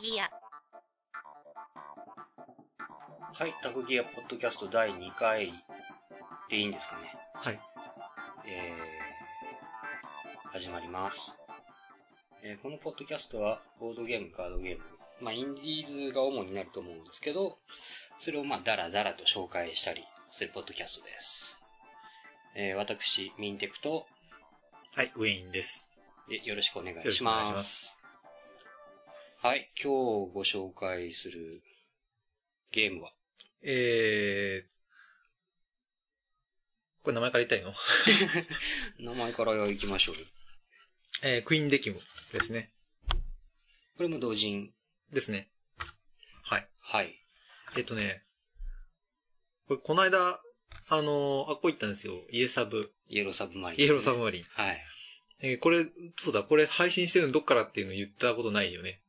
ギア。はい、タクギアポッドキャスト第2回でいいんですかね。はい。えー、始まります。えーこのポッドキャストは、ボードゲーム、カードゲーム、まあ、インディーズが主になると思うんですけど、それをまあ、ダラダラと紹介したりするポッドキャストです。えー、私、ミンテクと、はい、ウェインです。えよろしくお願いします。よろしくお願いしまはい、今日ご紹介するゲームは、えー、これ名前から言いたいの名前から行きましょうよ。えー、クイーンデキムですね。これも同人。ですね。はい。はい。えっ、とね、これこの間、あのー、あっこ行ったんですよ。イエサブ。イエローサブマリン、イエローサブママリン。リン。はい。えー、これ、そうだ、これ配信してるのどっからっていうの言ったことないよね。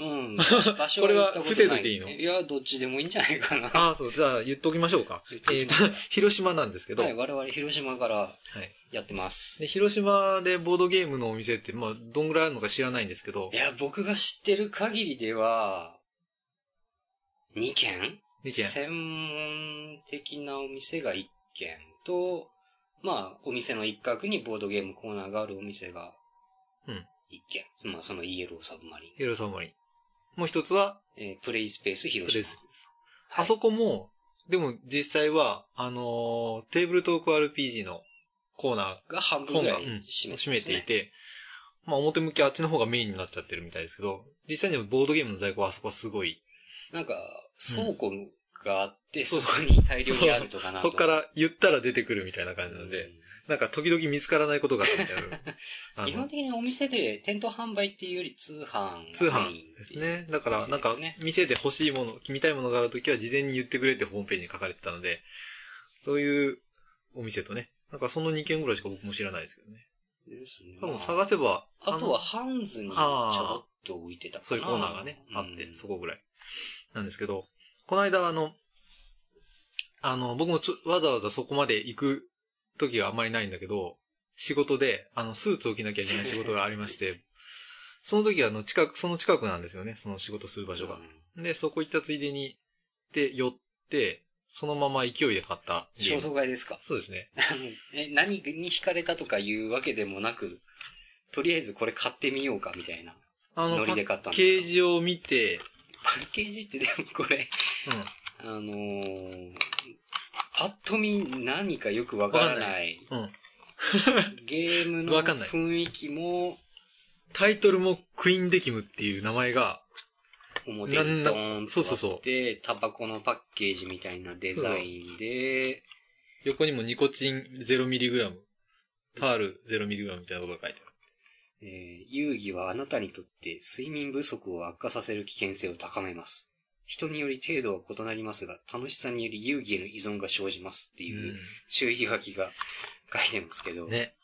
うん。場所言ったとないこれは伏せといていいのいや、どっちでもいいんじゃないかな。はああ、そう、じゃあ言っておきましょうか言っ。とえき ーましょう、と、広島なんですけど、はいい。我々広島からやってます。で、広島でボードゲームのお店って、まあ、どんぐらいあるのか知らないんですけどい、や、僕が知ってる限りでは、2軒2軒。専門的なお店が1軒と、まあ、お店の一角にボードゲームコーナーがあるお店がう1ん軒。まあ、そのイエローサブマリン。イエローサブマリン。もう一つは、えープレイスペース広プレ島。スです。はいあそこも、でも実際は、あのーテーブルトーク RPG のコーナが半ー、コ分ーぐナらー、いうん占めて,、占めてい。て、まあ表向きあっちの方がメインになっちゃってるみたいですけど、実際にはボードゲームの在庫はあそこはすごい、なんか、倉庫があって、そそうこに大量にあるとかなと。そこから言ったら出てくるみたいな感じなうんんで、なんか時々見つからないことがあるみたいな あの。基本的にお店で店頭販売っていうより通販通が販メインってですいう。ね。だから、なんそかうですね、店で欲しいもの、見たいものがあるときは事前に言ってくれってホームページに書かれてたので、そういうお店とね、なんかその2軒ぐらいしか僕も知らないですけどね。ですね多分探せば、あとはの、ハンズにちょろっと置いてたかな。そういうコーナーがね、あって、そこ。こぐらいなんですけど、この間あの、あの、僕もちょわざわざそこまで行く時はあんまりないんだけど、仕事で、あの、スーツを着なきゃいけない仕事があり まして、その時はあの、近く、その近くなんですよね、その仕事する場所が。で、そこ行ったついでに、で、寄って、そのまま勢いで買ったゲー衝ム。動買いですか そうですね。え何に惹かれたとかいうわけでもなく、とりあえずこれ買ってみようかみたいな。あの、ノパリで買ったんッですかケージを見て、パッケージってでもこれ、あのー、パッと見何かよくわからない。うん、うん。ゲームのわかんない雰囲気もタイトルもクイーンデキムっていう名前が、表にドーンとそうそうあそって、タバコのパッケージみたいなデザインで、横にもニコチン 0mg、タール 0mg みたいなことが書いてあえー遊戯はあなたにとって睡眠不足を悪化させる危険性を高めます。人により程度は異なりますが、楽しさにより遊戯への依存が生じますっていうる。注意書きが書いてますけど。ね。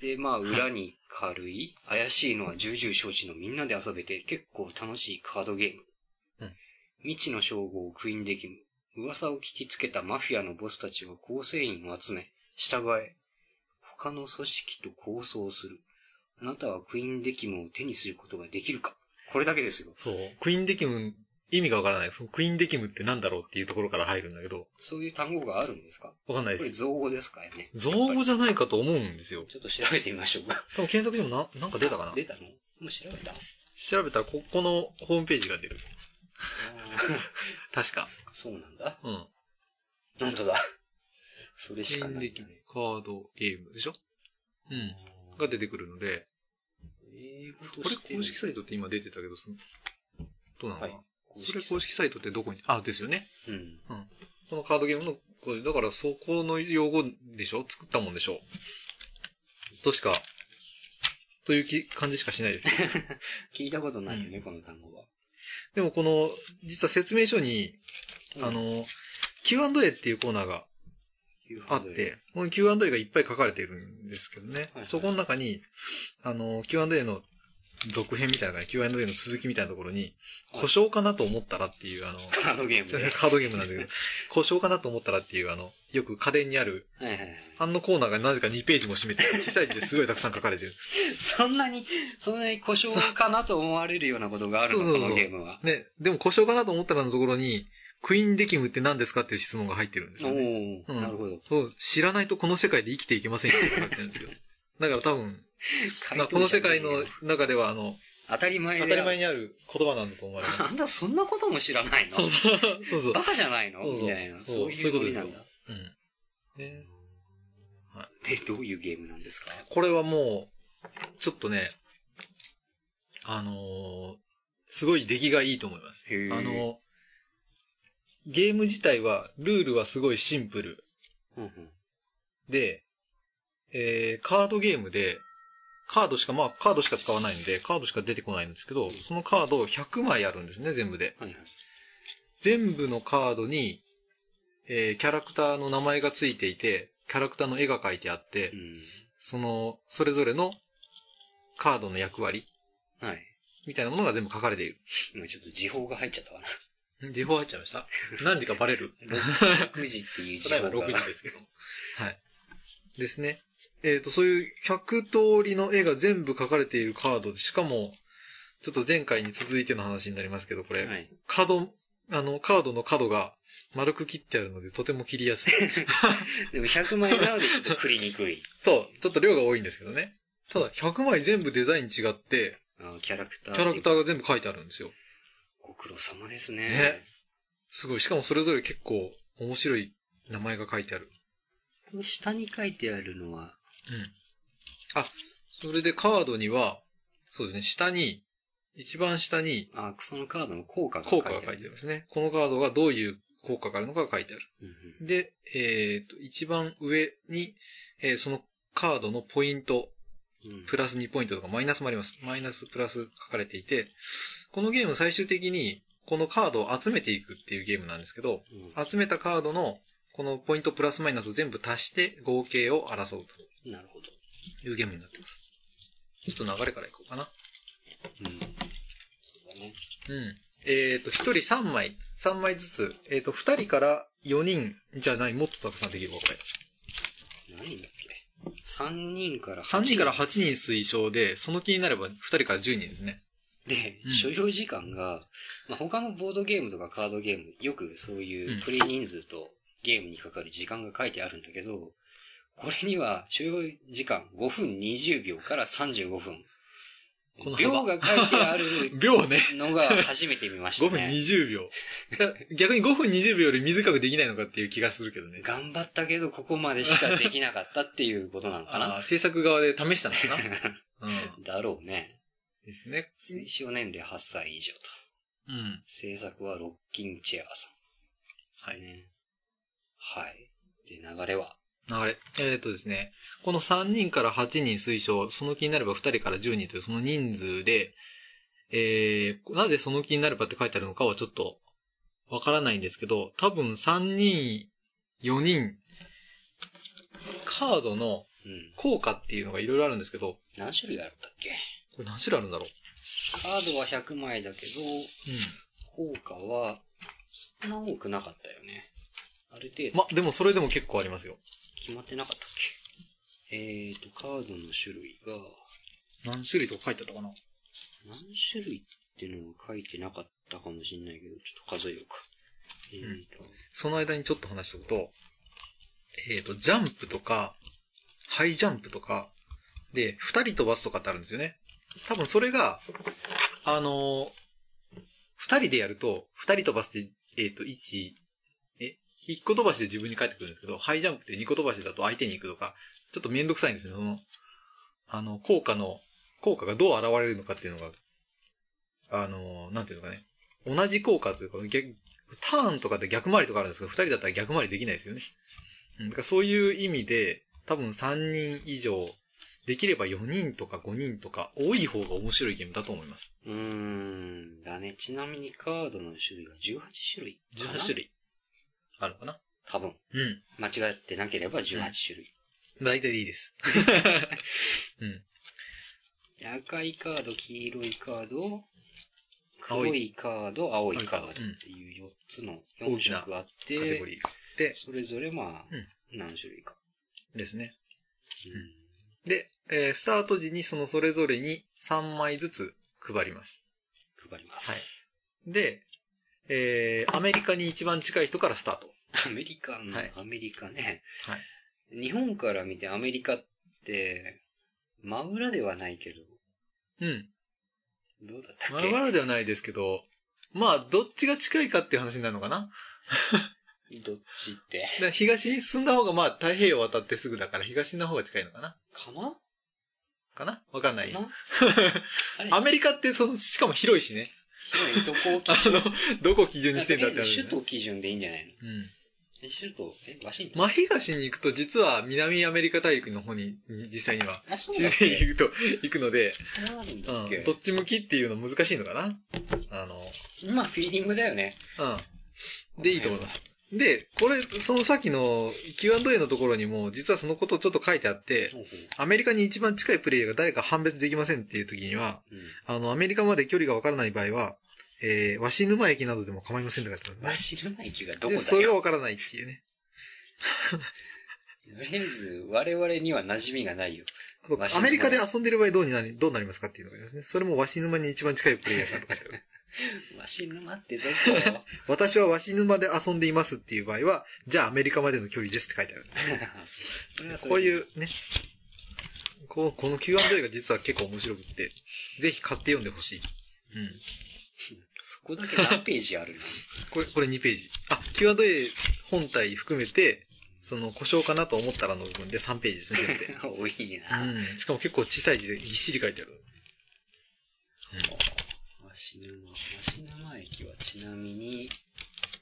で、まあ、裏に軽い、怪しいのは重々承知のみんなで遊べて結構楽しいカードゲーム。うん未知の称号をクイーンデキム。噂を聞きつけたマフィアのボスたちは構成員を集め、従え、他の組織と構想する。あなたはクイーンデキムを手にすることができるか。これだけですよ。そう。クイーンデキム、意味がわからない。そのクイーンデキムってなんだろうっていうところから入るんだけど、そういう単語があるんですかわかんないこれです。造語ですかね。造語じゃないかと思うんですよ。ちょっと調べてみましょうか。多分検索してもな、なんか出たかな出たのもう調べた調べたら、ここのホームページが出る。あー確か。そうなんだ。うん。本当だ。それしか人ないん力だね。カードゲームでしょうん。が出てくるので、英語ことれして公式サイトって今出てたけど、その、どうなのかな、はいそれ公式サイトってどこに、あ、ですよね。うん。このカードゲームの、これだからそこの用語でしょ作ったもんでしょとしか、というき感じしかしない ですよ。聞いたことないよね、この単語は。でもこの、実は説明書に、うんあの、Q&A っていうコーナーがあって、この Q&A がいっぱい書かれているんですけどね。はいはいそこの中に、あの、Q&A の続編みたいな、Q&A の続きみたいなところに、故障かなと思ったらっていう、 あの、カードゲームで。カードゲームなんだけど、故障かなと思ったらっていう、あの、よく家電にある、はいはいはい。あのコーナーがなぜか2ページも占めて、小さい字ですごいたくさん書かれて る。そんなに、そんなに故障かなと思われるようなことがあるの、そうそうそこうのゲームは。ね、でも故障かなと思ったらのところに、クイーンデキムって何ですかっていう質問が入ってるんですおよね。ー、うんなるほど。そう、知らないとこの世界で生きていけませんよって書いてあるん ですよ。だから多分、回まあ答者この世界の中では、あの、当たり前で当たり前にある言葉なんだと思われまあんたそんなことも知らないのす。そう そう。そうそう。バカじゃないのそうそうみたいな。そうそうそういいううここととですなよんだ。うん。ね、で、どういうゲームなんですかこれはもう、ちょっとね、あのーすごい出来がいいと思います。へーあの、ゲーム自体は、ルールはすごいシンプルうんうんで、えー、カードゲームで、カードしか、まあ、カードしか使わないんで、カードしか出てこないんですけど、そのカード100枚あるんですね、全部で。はいはい。全部のカードに、えー、キャラクターの名前がついていて、キャラクターの絵が描いてあって、うん。その、それぞれのカードの役割はい。みたいなものが全部書かれている。今ちょっと時報が入っちゃったかな。時報入っちゃいま した何時かバレ る6時っていう時た報だが。いま6時ですけど。はい。ですね。えっ、と、そういう100通りの絵が全部書かれているカードで、しかも、ちょっと前回に続いての話になりますけど、これ、はい。角、あの、カードの角が丸く切ってあるので、とても切りやすい。でも100枚なのでちょっと繰りにくい。 そう、ちょっと量が多いんですけどね。ただ、100枚全部デザイン違って、あキャラクタキー。ャラクターが全部書いてあるんですよ。ご苦労様ですねね。すごい。しかもそれぞれ結構面白い名前が書いてある。この下に書いてあるのは、それでカードには、そうですね、下に、一番下にあ、そのカードの効果が書い効て果あがる。書いてあるんですね。このカードがどういう効果があるのかが書いてある。うんうんで、えっ、と、一番上に、えーそのカードのポイント、うんプラス2ポイントとかマイナスもあります。マイナス、プラス書かれていて、このゲーム最終的にこのカードを集めていくっていうゲームなんですけど、うん集めたカードのこのポイントプラスマイナスを全部足して合計を争うなるほど。というゲームになってます。ちょっと流れからいこうかな。うん。そうだね。うん。えっ、と、1人3枚、3枚ずつ、えっ、と、2人から4人じゃない、もっとたくさんできるわ、これ。何人だっけ ?3 人から3人から8人人推奨で、その気になれば2人から10人ですね。でうん、所要時間が、まあ、他のボードゲームとかカードゲーム、よくそういうんうプレイ人数とゲームにかかる時間が書いてあるんだけど、これには所要時間5分20秒から35分この。幅秒が書いてある秒ね。のが初めて見まし5 た分ね。 20秒。逆に5分20秒より短くできないのかっていう気がするけどね。頑張ったけど、ここまでしかできなかったっていうことなのかあなあ、制作側で試したのか なう ん。だろうね。ですね。推奨年齢8歳以上と。うん。制作はロッキンチェアさん。はいね。はい。で、流れは。流れ。えっ、とですね。この3人から8人推奨、その気になれば2人から10人というその人数で、えー、なぜその気になればって書いてあるのかはちょっとわからないんですけど、多分3人、4人、カードのうん。効果っていうのがいろいろあるんですけど、何種類あったっけこれ何種類あるんだろうカードは100枚だけど、効果は、そんな多くなかったよね。ある程うん。度ま、でもそれでも結構ありますよ。決まってなかったっけ、えーと、カードの種類が、何種類とか書いてあったかな何種類っていうのは書いてなかったかもしれないけど、ちょっと数えようか。えーと、その間にちょっと話しておくと、えっ、と、ジャンプとか、ハイジャンプとか、で、二人飛ばすとかってあるんですよね。多分それが、あのー二人でやると、二人飛ばして、えっ、と、一、え、一個飛ばしで自分に返ってくるんですけど、ハイジャンプって二個飛ばしだと相手に行くとか、ちょっとめんどくさいんですよ。その、あの、効果の、効果がどう現れるのかっていうのが、あのーなんていうのかね、同じ効果というか、逆ターンとかで逆回りとかあるんですけど、二人だったら逆回りできないですよね。うん、だからそういう意味で、多分三人以上、できれば4人とか5人とか、多い方が面白いゲームだと思います。うーん、だね。ちなみにカードの種類が18種類かな。 18種類。あるかな多分。うん。間違ってなければ18種類。大体でいいです。うん。で赤いカード、黄色いカード、青い黒いカード、青いカード青っいてカードうんいう4つの大4きな色あっカテゴて、リーがあって、それぞれまあうん、何種類か。ですね。うんんで、えースタート時にそのそれぞれに3枚ずつ配ります。配ります。で、えーアメリカに一番近い人からスタート。アメリカ、うんはいアメリカね。はい日本から見てアメリカって、真裏ではないけど、うん。どうだったっ丸々ではないですけど、まあ、どっちが近いかっていう話になるのかな。けどっちって。だから東に進んだ方が、まあ、太平洋渡ってすぐだから、東の方が近いのかなかなかなわかんない。かなあれ アメリカって、その、しかも広いしね。リカどこをあ基準の、どこ基準ににしてんだって話首都基準でいいんじゃないのうん。え首都、え、ワシントン真東に行くと、実は南アメリカ大陸の方に、実際には、あ、そう地だっ 図にけ行くと、行くので、そうなるんうだっん、けどっち向きっていうの難しいのかなあまあ、フィーリングだよね。の、うん。で、いいと思います。で、これ、そのさっきの Q&A のところにも、実はそのことちょっと書いてあって、ほうほうアメリカに一番近いプレイヤーが誰か判別できませんっていう時には、うんあの、アメリカまで距離がわからない場合は、えー、鷲沼駅などでも構いませんって書いてあるんわでしるま駅がどこで、だそれがよ。わからないっていうね。とりあえず、我々には馴染みがないよ。そうわしアメリカで遊んでる場合どうになり、どうなりますかっていうのがありますね。それも鷲沼に一番近いプレイヤーさんとか書いてあるわしるまってど こだよ。私は鷲沼で遊んでいますっていう場合は、じゃあアメリカまでの距離ですって書いてある。それはそこうれでいうね、こうこの Q&A が実は結構面白くって、ぜひ買って読んでほしい。うん。そこだけ何ページあるのこれ、これ2ページ。あ、Q&A 本体含めて、その故障かなと思ったらの部分で3ページですね、全部で 多いな。うん。しかも結構小さい字でぎっしり書いてある。鷲沼、鷲沼駅はちなみに、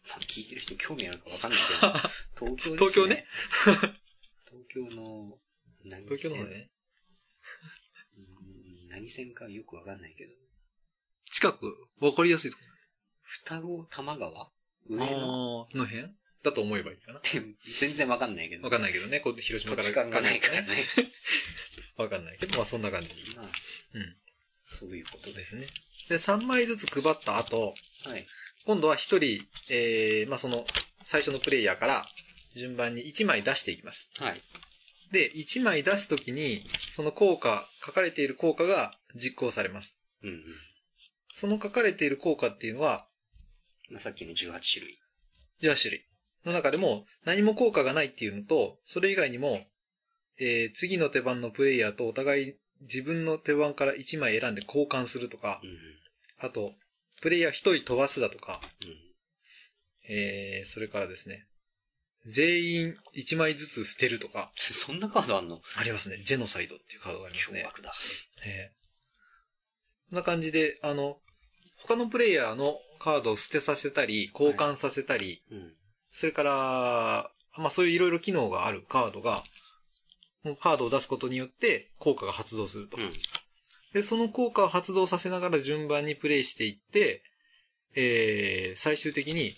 まあ、聞いてる人興味あるかわかんない けど、東京ですね。 東京の、何東京の方ね。うん何線かよくわかんないけど、近く、わかりやすいとこ双子玉川上あのーの辺だと思えばいいかな。全然わかんないけど。わかんないけどね、こうやって広島から時間がないからね。ね。わかんないけど、まあそんな感じまあ、うんそういうことでですね。で、3枚ずつ配った後、す。はい。今度は1人、えー、まあその、最初のプレイヤーから順番に1枚出していきます。はい。で、1枚出すときに、その効果、書かれている効果が実行されます。うんうん。その書かれている効果っていうのは、まあ、さっきの18種類。 18種類の中でも何も効果がないっていうのと、それ以外にも、えー次の手番のプレイヤーとお互い自分の手番から1枚選んで交換するとかう、んうん。あと、プレイヤー1人飛ばすだとか、うんえーそれからですね、全員1枚ずつ捨てるとか、そんなカードあんのありますね。ジェノサイドっていうカードがあります凶ね。悪だ。えーこんな感じで、あの、他のプレイヤーのカードを捨てさせたり、交換させたり、うん。それから、まあそういういろいろ機能があるカードが、もうカードを出すことによって効果が発動すると。うん。で、その効果を発動させながら順番にプレイしていって、えー、最終的に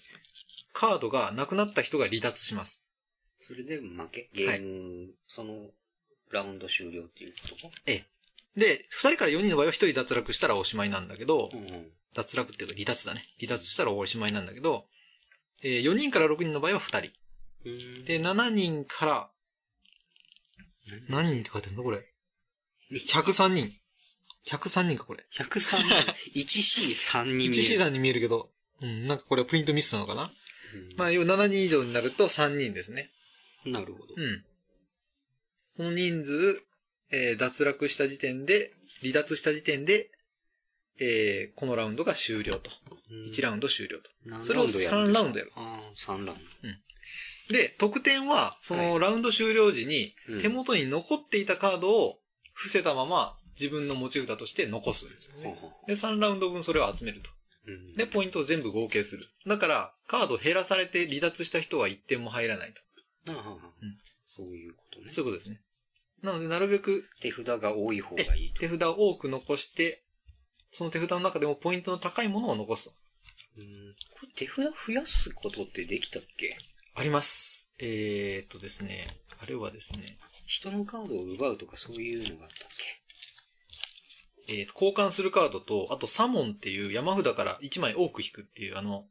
カードがなくなった人が離脱します。それで負けゲーム、その、ラウンド終了っていうことで、2人から4人の場合は1人脱落したらおしまいなんだけど、うんうん。脱落っていうか離脱だね。離脱したらおしまいなんだけど、えー、4人から6人の場合は2人。うん、で、7人から、何何人って書いてあるのこれ。103人。103人か、これ。 103人、1C3 人 1C だ。さんに見えるけど、うん、なんかこれはプリントミスなのかな、うんまあ、要は7人以上になると3人ですね。なるほど。うん。その人数、えー脱落した時点で、離脱した時点で、えーこのラウンドが終了と。1ラウンド終了と。ウンそれを3ラウンドやる。ああ、3ラウンで、得点は、そのラウンド終了時に、ド。うん手元に残っていたカードを伏せたまま、自分の持ち札として残す。ほうほうで、3ラウンド分それを集めると。うんで、ポイントを全部合計する。だから、カード減らされて離脱した人は1点も入らないと。ああうんそういうことね。そういうことですね。なので、なるべく手札が多い方がいいと。手札を多く残して、その手札の中でもポイントの高いものを残すと。うんこれ手札増やすことってできたっけあります。えー、っとですね、あれはですね、人のカードを奪うとかそういうのがあったっけえーと交換するカードと、あとサモンっていう山札から1枚多く引くっていう、あの、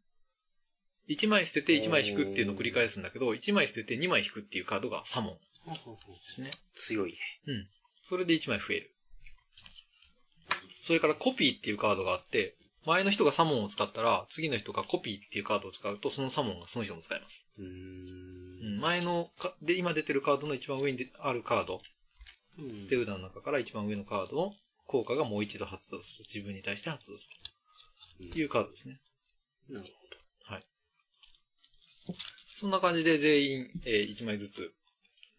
1枚捨てて1枚引くっていうのを繰り返すんだけど、1枚捨てて2枚引くっていうカードがサモンですね。強いね。それで1枚増える。それからコピーっていうカードがあって、前の人がサモンを使ったら、次の人がコピーっていうカードを使うと、そのサモンがその人も使えます。うー。うんん、前のか、で、今出てるカードの一番上にであるカード、うん手札の中から一番上のカードの効果がもう一度発動する。自分に対して発動するっていうカードですね。なるほそんな感じで全員、え1枚ずつ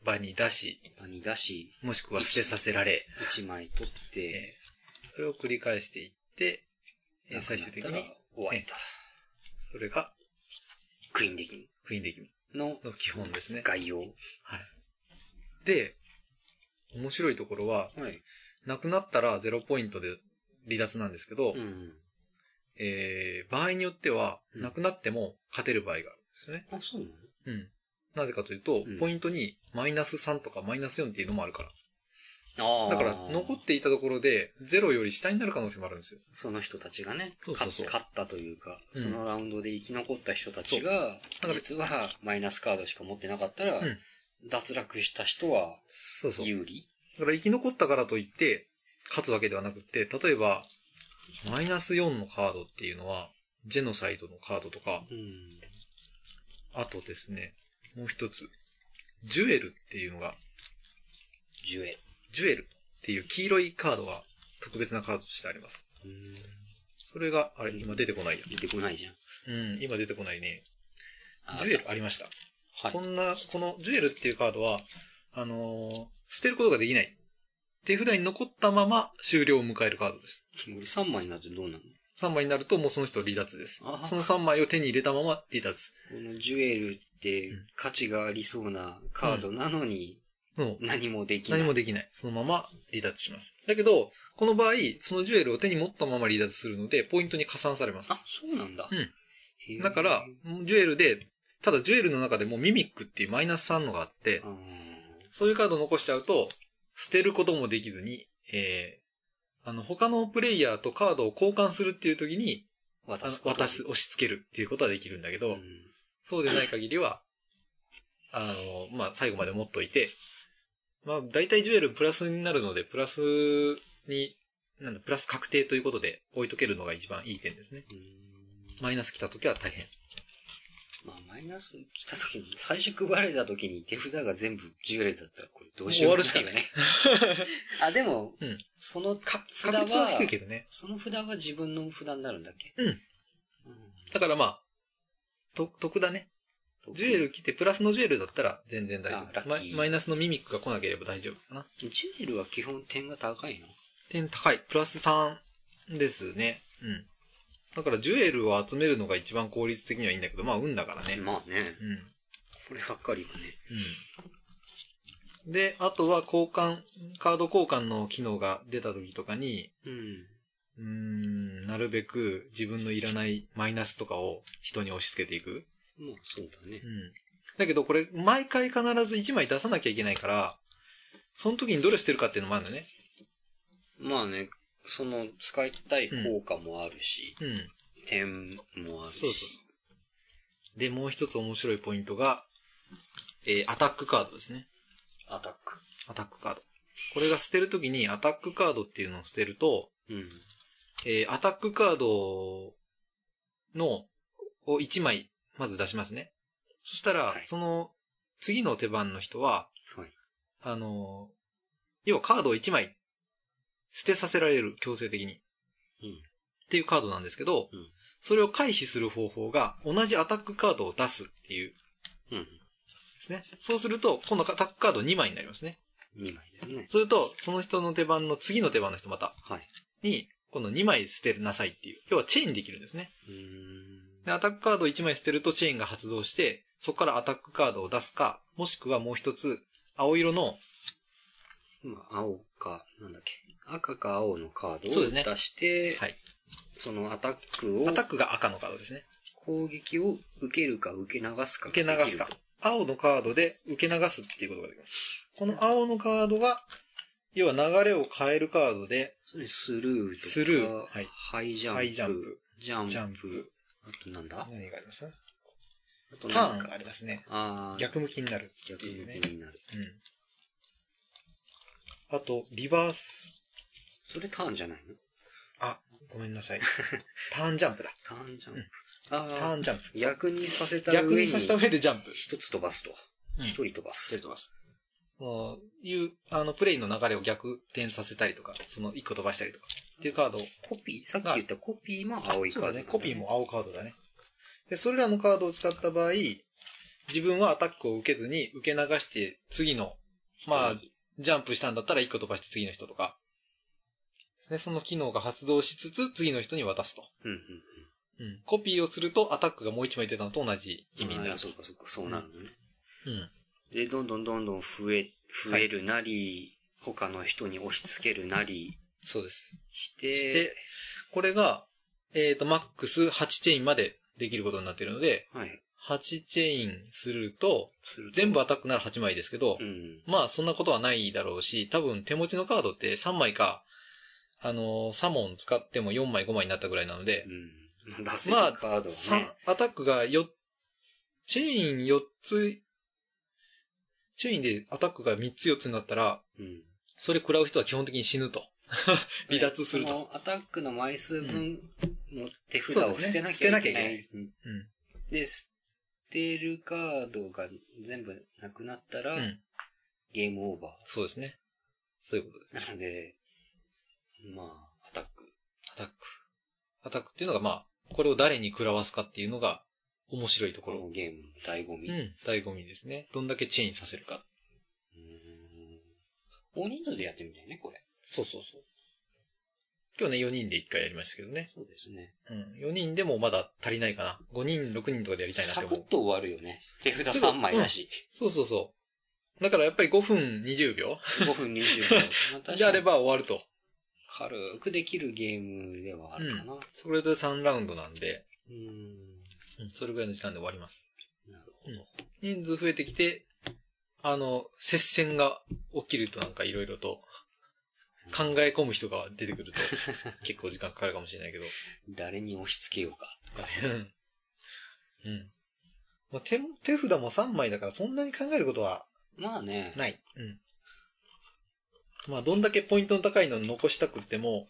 場に出し、ど。何出し、もしくは捨てさせられ、 1枚取っえて、ーそれを繰り返していって、えーなくな最った終ら的に、終わりだ。それがクイーンデキン不倫できるのの基本ですね。概要。ははい。で、面白いところは、い。なくなったら0ポイントで離脱なんですけど、うん。えー、場合によっては、うんなくなっても勝てる場合があるんですね。あ、そうなのうん。なぜかというと、うんポイントにマイナス3とかマイナス4っていうのもあるから。ああ。だから、残っていたところで、0より下になる可能性もあるんですよ。その人たちがね、そうそうそう勝勝ったというか、うんそのラウンドで生き残った人たちが、そうだから実はマイナスカードしか持ってなかったら、うん脱落した人はそうそう。だ有利から、生き残ったからといって、勝つわけではなくって、例えば、マイナス4のカードっていうのは、ジェノサイドのカードとか、うん。あとですね、もう一つ、ジュエルっていうのが、ジュエル。ジュエルっていう黄色いカードが特別なカードとしてあります。それが、あれ、今出てこないや。出てこないじゃん。うん、今出てこないね。あジュエルありました。はいこ。んな、このジュエルっていうカードは、あのー捨てることができない。手札に残ったまま終了を迎えるカードです。 3枚になってどうなの3枚になるともうその人離脱ですあは。その3枚を手に入れたまま離脱。このジュエルってうん価値がありそうなカードなのにもう何もできない。何もできない。そのまま離脱します。だけど、この場合、そのジュエルを手に持ったまま離脱するので、ポイントに加算されます。あ、そうなんだ。うんへーだから、ジュエルで、ただジュエルの中でもミミックっていうマイナス3のがあってあ、ーそういうカードを残しちゃうと、捨てることもできずに、えー、あの、他のプレイヤーとカードを交換するっていう時に、あ渡のすこと渡す、押し付けるっていうことはできるんだけうど、んそうでない限りは、あの、まあ、最後まで持っといて、まあ、大体ジュエルプラスになるので、プラスに、なんだ、プラス確定ということで置いとけるのが一番いい点ですね。うんマイナス来た時は大変。まあ、マイナス来た時に、最初配られた時に手札が全部ジュエルだったら、これどうしようもないよね。 あ、でも、うんそのか札確率はは低い、けどね。その札は自分の札になるんだっけうんうん。だからまあ、と得だね。ジュエル来て、プラスのジュエルだったら全然大丈あラッ夫。キーマイマイナスのミミックが来なければ大丈夫かな。ジュエルは基本点が高いの点高い。プラス3ですね。うん。だからジュエルを集めるのが一番効率的にはいいんだけど、まあ運だからね。まあね。うん。こればっかりはね。うん。で、あとは交換、カード交換の機能が出た時とかに、うん。うーん、なるべく自分のいらないマイナスとかを人に押し付けていく。まあ、そうだねう。ん。だけどこれ、毎回必ず1枚出さなきゃいけないから、その時にどれ捨てるかっていうのもあるんだね。まあね、その、使いたい効果もあるし、うん。点もあるし。そうそうで、もう一つ面白いポイントが、えーアタックカードですね。アタック。アタックカード。これが捨てるときにアタックカードっていうのを捨てると、うん。えーアタックカードの、を1枚、まず出しますね。そしたらは、いその、次の手番の人は、はいあのー、要はカードを1枚、捨てさせられる、強制的に。うんっていうカードなんですけど、うんそれを回避する方法が、同じアタックカードを出すっていう、うん。ですね。そうすると、今度アタックカード2枚になりますね。 2枚だよね。すると、その人の手番の次の手番の人また、はい。に、今度2枚捨てなさいっていう。要はチェーンできるんですね。うーん。で、アタックカードを1枚捨てるとチェーンが発動して、そこからアタックカードを出すか、もしくはもう一つ、青色の、まあ、青か、なんだっけ。赤か青のカードそうをですね出して、はいそのアタックをア、タックが赤のカードですね。攻撃を受けるか受け流すか。受け流すか。。青のカードで受け流すっていうことができます。この青のカードが、要は流れを変えるカードで、それスルーとか、スルーはいハイジャンプ、ハイジャンプ、ジャンプ、ジャンプ、あとなんだ何がありますあとタなんーンかがありますね。あー逆向きになるっ逆ていうね向きになる。うん。あと、リバース、それターンじゃないのごめ んなさい。ターンジャンプだ。ターンジャンうんプ。タああ、ーンジャンプ。逆にさせた逆上にに、させた一上でジャンプ。つ飛ばすと。うん一人飛ばす。とます。こういう、あの、プレイの流れを逆転させたりとか、その一個飛ばしたりとか、っていうカードをコピー、さっき言ったコピーも青いそカーうドなんだだねね。。コピーも青カードだね。で、それらのカードを使った場合、自分はアタックを受けずに受け流して、次の、まあ、ジャンプしたんだったら1個飛ばして次の人とか、ね、その機能が発動しつつ、次の人に渡すと。うんうんうん。コピーをすると、アタックがもう1枚出たのと同じう意味にん。あなあ、るそとう。かそうか、そうなるのね。うん。で、どんどんどんどん増え、増えるなり、他の人に押し付けるなりそうです。して、して、これが、えっ、と、マックス8チェインまでできることになっているので、はい。 8チェインすると、すると全部アタックなら8枚ですけど、うん。まあそんなことはないだろうし、多分手持ちのカードって3枚か、あのーサモン使っても4枚5枚になったぐらいなので、うん。まあ出せるカードはねさ。アタックが4、チェイン4つ、チェインでアタックが3つ4つになったら、うん。それ食らう人は基本的に死ぬと。離脱するそと。のアタックの枚数う分の手札を捨てなきそうですねゃいけな捨てなきゃい。うんうんで、捨てるカードが全部なくなったら、うんゲームオーバそうですね。そういうことですー。なので、まあ、アタック。アタック。アタックっていうのがまあ、これを誰に食らわすかっていうのが面白いとこころ。のゲームの醍醐味。ううーんん。醍醐味ですね。どんだけチェインさせるか。大人数でやってみたいね、これ。そうそうそう。今日ね、4人で1回やりましたけどね。そうですね。うん。4人でもまだ足りないかな。5人、6人とかでやりたいなっサてク思ッう。と終わるよね。手札3枚だし。そうそうそう。だからやっぱり5分20秒 5分20秒。まあであれ。確かにば終わると。軽くできるゲームではあるかな。それで3ラウンドなんで、うーん。うん、それぐらいの時間で終わります。なる人数増えてきて、あの、接戦が起きるとなんかいろいろと考え込む人が出て くると結構時間かかるかもしれないけど。誰に押し付けようか。うん。うん。まあ、手も、手札も3枚だからそんなに考えることはまあね。ない。うん。まあ、どんだけポイントの高いのを残したくっても、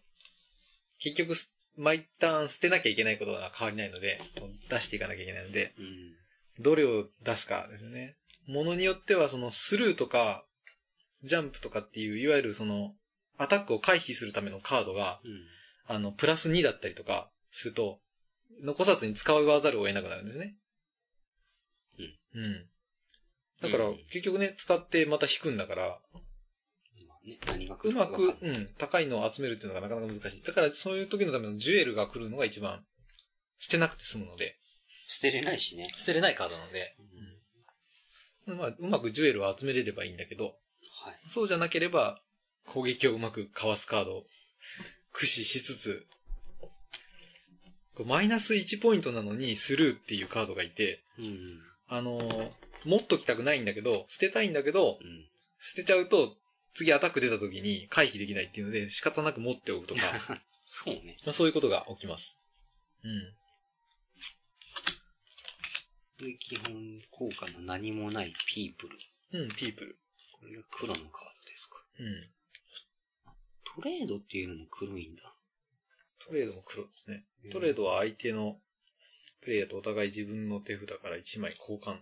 結局す、毎ターン捨てなきゃいけないことは変わりないので、出していかなきゃいけないので、うん。どれを出すかですよね。ものによっては、そのスルーとか、ジャンプとかっていう、いわゆるその、アタックを回避するためのカードが、うん。あの、プラス2だったりとか、すると、残さずに使わざるを得なくなるんですね。うん。だからうん、結局ね、使ってまた引くんだから、まあね、何が来うるかま分くかん、なういん、高いのを集めるっていうのがなかなか難しい。だから、そういう時のためのジュエルが来るのが一番、捨てなくて済むので、捨てれないしね。捨てれないカードなので、まあ、うまくジュエルを集めれればいいんだけど、はい。そうじゃなければ、攻撃をうまくかわすカードを駆使しつつ、こうマイナス1ポイントなのにスルーっていうカードがいて、うん。あのー持っときたくないんだけど、捨てたいんだけど、うん。捨てちゃうと、次アタック出た時に回避できないっていうので、仕方なく持ってお くとか、そうね。まあそういうことが起きます。うん。で基本効果の何もないピープル。うん、ピープル。これが黒のカードですか。うん。トレードっていうのも黒いんだ。トレードも黒ですね。トレードは相手のプレイヤーとお互い自分の手札から1枚交う換。ん。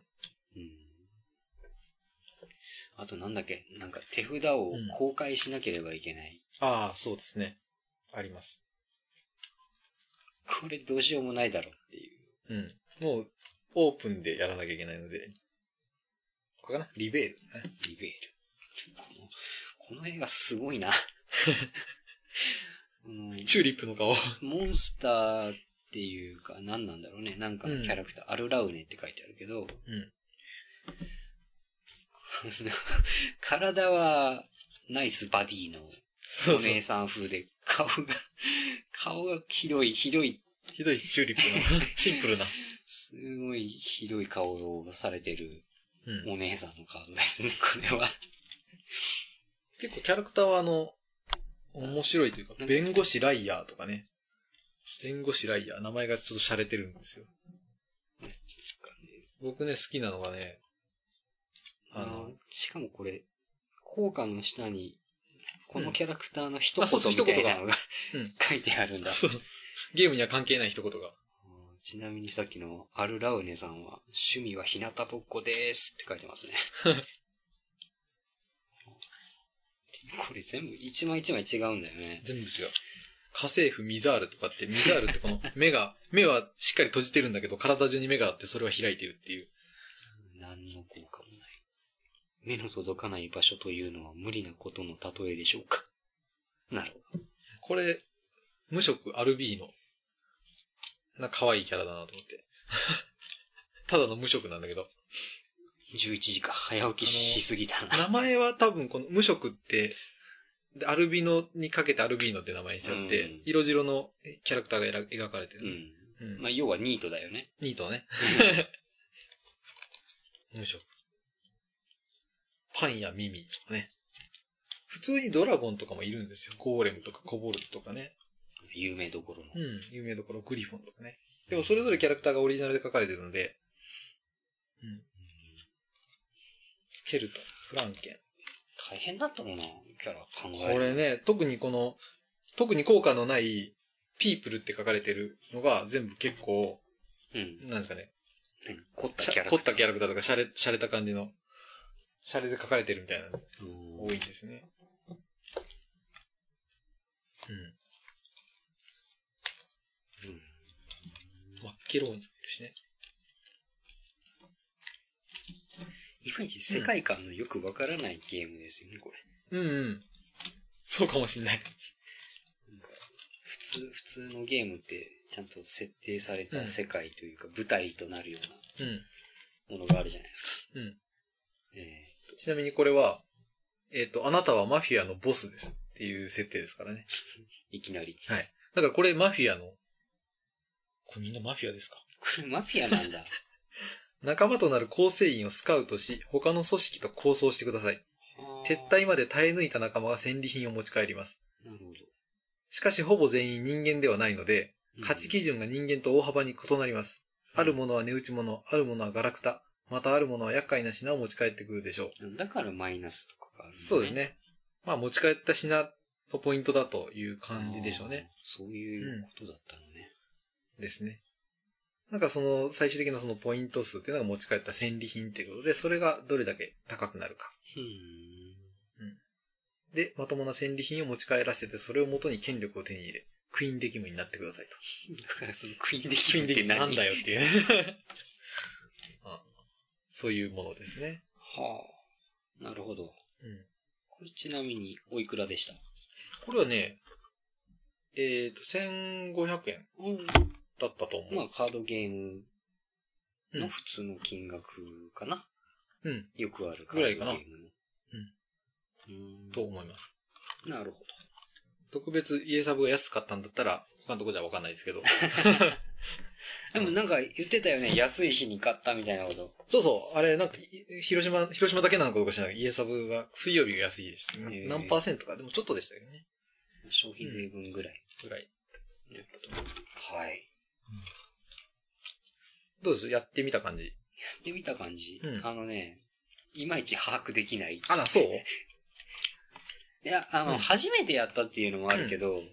あとなんだっけ、なんか手札を公開しなければいけない。ああ、そうですね。あります。これどうしようもないだろうっていう。うん。もう、オープンでやらなきゃいけないので。これかなリベール。リベール。このこの絵がすごい な。うんチューリップの顔。モンスターっていうか、何なんだろうね。なんかのキャラクター、アルラウネって書いてあるけど、うん。 体はナイスバディのそおうそう姉。さん風で、顔が、 顔がひどい、ひどい、ひどいチューリップの。シンプルな。すごいひどい顔をされてるうん。お姉さんのカードですね、これは。結構キャラクターはあの、面白いというか、弁護士ライヤーとかね。弁護士ライヤー、名前がちょっと洒落てるんですよ。僕ね、好きなのがね、ああのの、しかもこれ、効果の下に、このキャラクターの一うんあそうそう言みたいなの が言が書いてあるんだ。そうゲームには関係ない一言が。うんちなみにさっきのアルラウネさんは、趣味は日向ぼっこですって書いて ますね。これ全部一枚一枚違うんだよね。全部違う。家政婦ミザールとかって、ミザールってこの目が、 目はしっかり閉じてるんだけど、体中に目があってそれは開いてるっていう。何の効果もない。目の届かない場所というのは無理なことの例えでしょうか。なるほど。これ、無職アルビーノ。な、可愛いキャラだなと思って。 ただの無職なんだけど。 11時か、早起きしすぎたな。名前は多分この無職って、でアルビノにかけてアルビーノって名前にしちゃって、うん色白のキャラクターが描描かれてうる。ん。うんまあ、要はニートだよね。ニートね。無職。パンやミミとかね。普通にドラゴンとかもいるんですよ。ゴーレムとかコボルトとかね。有名どころの。うん。有名どころグリフォンとかね。でもそれぞれキャラクターがオリジナルで描かれてるので、うん。スケルトン、フランケン。大変だったもんな、キャラ考える。これね、特にこの、特に効果のない、ピープルって書かれてるのが全部結構、うん。なんですかね、何凝ったしキャゃラ。凝ったキャラクターとか、シャレ、シャレた感じの、シャレで書かれてるみたいなのがうん多いんですね。うんうん。マッケローニもいるしね。いまいち世界観のよくわからないゲームですよね、これ。うんうん。そうかもしんない。なんか普通、普通のゲームって、ちゃんと設定されうたん世界というか、舞台となるよううん。なものがあるじゃないですか。うん。えちなみにこれは、えっ、と、あなたはマフィアのボスですっていう設定ですからね。ーいきなり。だからこれマフィアの、これみんなマフィアですかこれ マフィアなんだ。仲間となる構成員をスカウトし、他の組織と構想してください。撤退まで耐え抜いた仲間が戦利品を持ち帰ります。なるほど。しかしほぼ全員人間ではないので、うん価値基準が人間と大幅に異なります。あるものは値打ち物、あるものはガラクタ、またあるものは厄介な品を持ち帰ってくるでしょう。だからマイナスとかがあるんだねそうです。ね。まあ持ち帰った品のポイントだという感じでしょうね。あー。そういうことだったのね。ですね。なんかその最終的なそのポイント数っていうのが持ち帰った戦利品っていうことで、それがどれだけ高くなるか。うーん。で、まともな戦利品を持ち帰らせて、それを元に権力を手に入れ、クイーンデキムになってくださいと。だからそのクイーンでク決イーンめデてキムな何んだよっていうね。 あそういうものですね。はあ。なるほど。うん。これちなみにおいくらでしたこれはね、えっ、と、1500円うん。だったと思う。まあカードゲームうのん普通の金額かな。うん。よくあるカぐらーいドゲかなームの。うーん。と思います。なるほど。特別家サブが安かったんだったら、他のとこじゃわかんないですけど。でもなんか言ってたよね。安い日に買ったみたいなこと。そうそう、あれ、なんか、い広島、広島だけなのかどうか知らない。家サブが、水曜日が安いでしたね、へー何パーセントか、でもちょっとでしたけどね。消費税分ぐらい。ぐらい。はい。どうですやってみた感じ。やってみた感じ、うんあのね、いまいち把握できない。あら、そういや、あの、うん初めてやったっていうのもあるけど、うんうん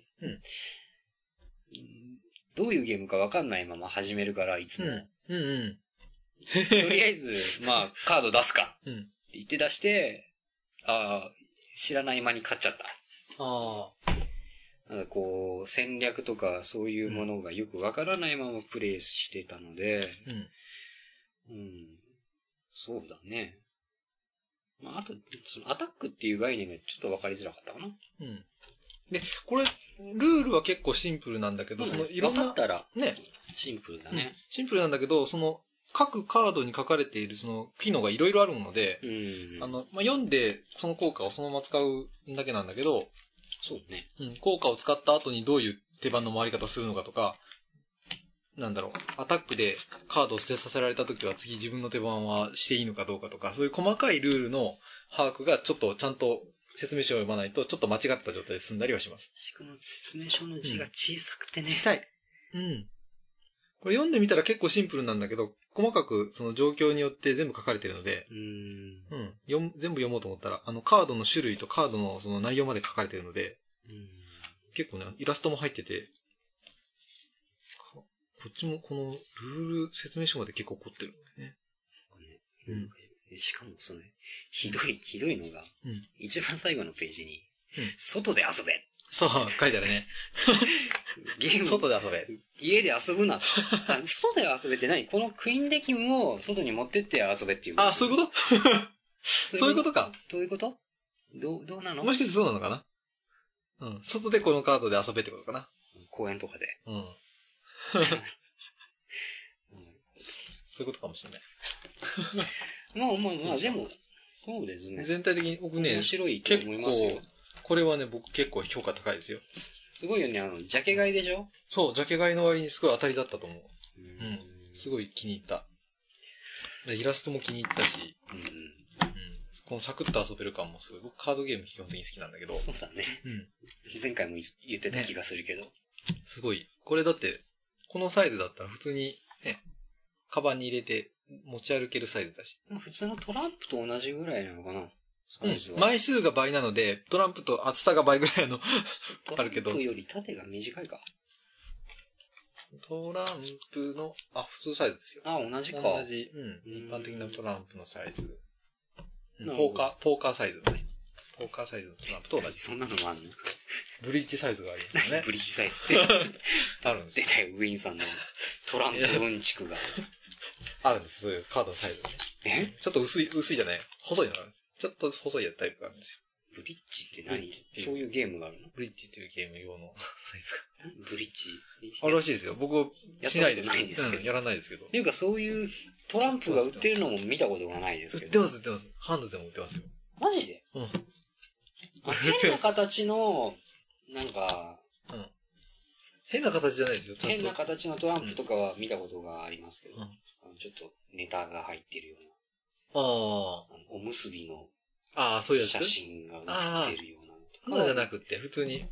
どういうゲームかわかんないまま始めるから、いつうも。ん。うんうとりあえ ず、まあ、カード出すか。うんって言って出して、ああ、知らない間に勝っちゃった。ん。あなんかこう、戦略とかそういうものがよくわからないままプレイしてたので、あ。うん。うん。そうだね。まあ、あと、そのアタックっていう概念がちょっとわかりづらかったかな。うん。で、これ、ルールは結構シンプルなんだけど、そのいろんわかなっ、たら、ね、シンプルだうんね。シンプルなんだけど、その、各カードに書かれているその機能がいろいろあるので、うん。あの、まあ、読んでその効果をそのまま使うだけなんだけど、そうね。うん、効果を使った後にどういう手番の回り方するのかとか、なんだろう、アタックでカードを捨てさせられた時は次自分の手番はしていいのかどうかとか、そういう細かいルールの把握がちょっとちゃんと説明書を読まないと、ちょっと間違った状態で済んだりはします。しかも説明書の字が小さくてね。い。うん。これ読んでみたら結構シンプルなんだけど、細かくその状況によって全部書かれてるので、うーん。うん。読む全部読もうと思ったら、あの、カードの種類とカードのその内容まで書かれてるので、うん結構ね、イラストも入ってて、ここっちもこのルール説明書まで結構凝ってるんだよね。うんえしかもその、ひどい、ひどいのが、うん一番最後のページに、うん外で遊べそう、書いてあるね。ゲーム、 外で遊べ。家で遊ぶな。あ外で遊べって何このクイーンデキムを外に持ってって遊べっていう。あ、そういうこととそういうことか。どういうことどう、どうなのもしかしてそうなのかなうん。外でこのカードで遊べってことかな公園とかで。 うん。うんそういうことかもしれない。まあまあまあ、でも、そうですね。全体的に僕ね面、白いと結思いますよ構。、これはね、僕結構評価高いですよ。すごいよね、あの、ジャケ買いでしょそう、ジャケ買いの割にすごい当たりだったと思う。うんすごい。ごい気に入った。でイラストも気に入ったし、うんうん、このサクッと遊べる感もすごい。僕カードゲーム基本的に好きなんだけど、そうだね。うん、前回も言ってた気がするけど。すごい。これだって、このサイズだったら普通にね、カバンに入れて持ち歩けるサイズだし。まあ普通のトランプと同じぐらいなのかなサイズは。枚数が倍なので、トランプと厚さが倍ぐらいの、トあランるけどプより縦が短いか。トランプの、あ、普通サイズですよ。あ、同じか。同じ、うん。うん一般的なトランプのサイズ。うんなるポほどーカー、ポーカーサイズだね。ポーカーサイズのトランプと同じ。そんなのもあんのブリッジサイズがありますよ何 ねブ。リッジサイズって。あるんです出よ。たよ、ウィンさんのトランプうんち くが。あるんです。そういうカードのサイズね。えちょっと薄い、薄いじゃない。細いのがあるんです。ちょっと細いやつタイプがあるんですよ。ブリッジってブ何リッジっていうそういうゲームがあるのブリッジというゲーム用のサイズブリッジ。が。あるらしいですよ。僕はやっしたこないとです。ないんですけどうんやらないですけどっ。ていうか、そういうトランプが売ってるのも見たことがないです売けってど。ます、売ってます。ハンズでも売ってますよ。マジ でうんあ変な形の、なんか、変な形じゃないですよ。ちゃんと変な形のトランプとかは見たことがありますけど、うんあのちょっとネタが入ってるようあな、あのおむすびのあ。ああ、そういうやつ。写真が写ってるようなのとそかんなのじゃなくって、普通に、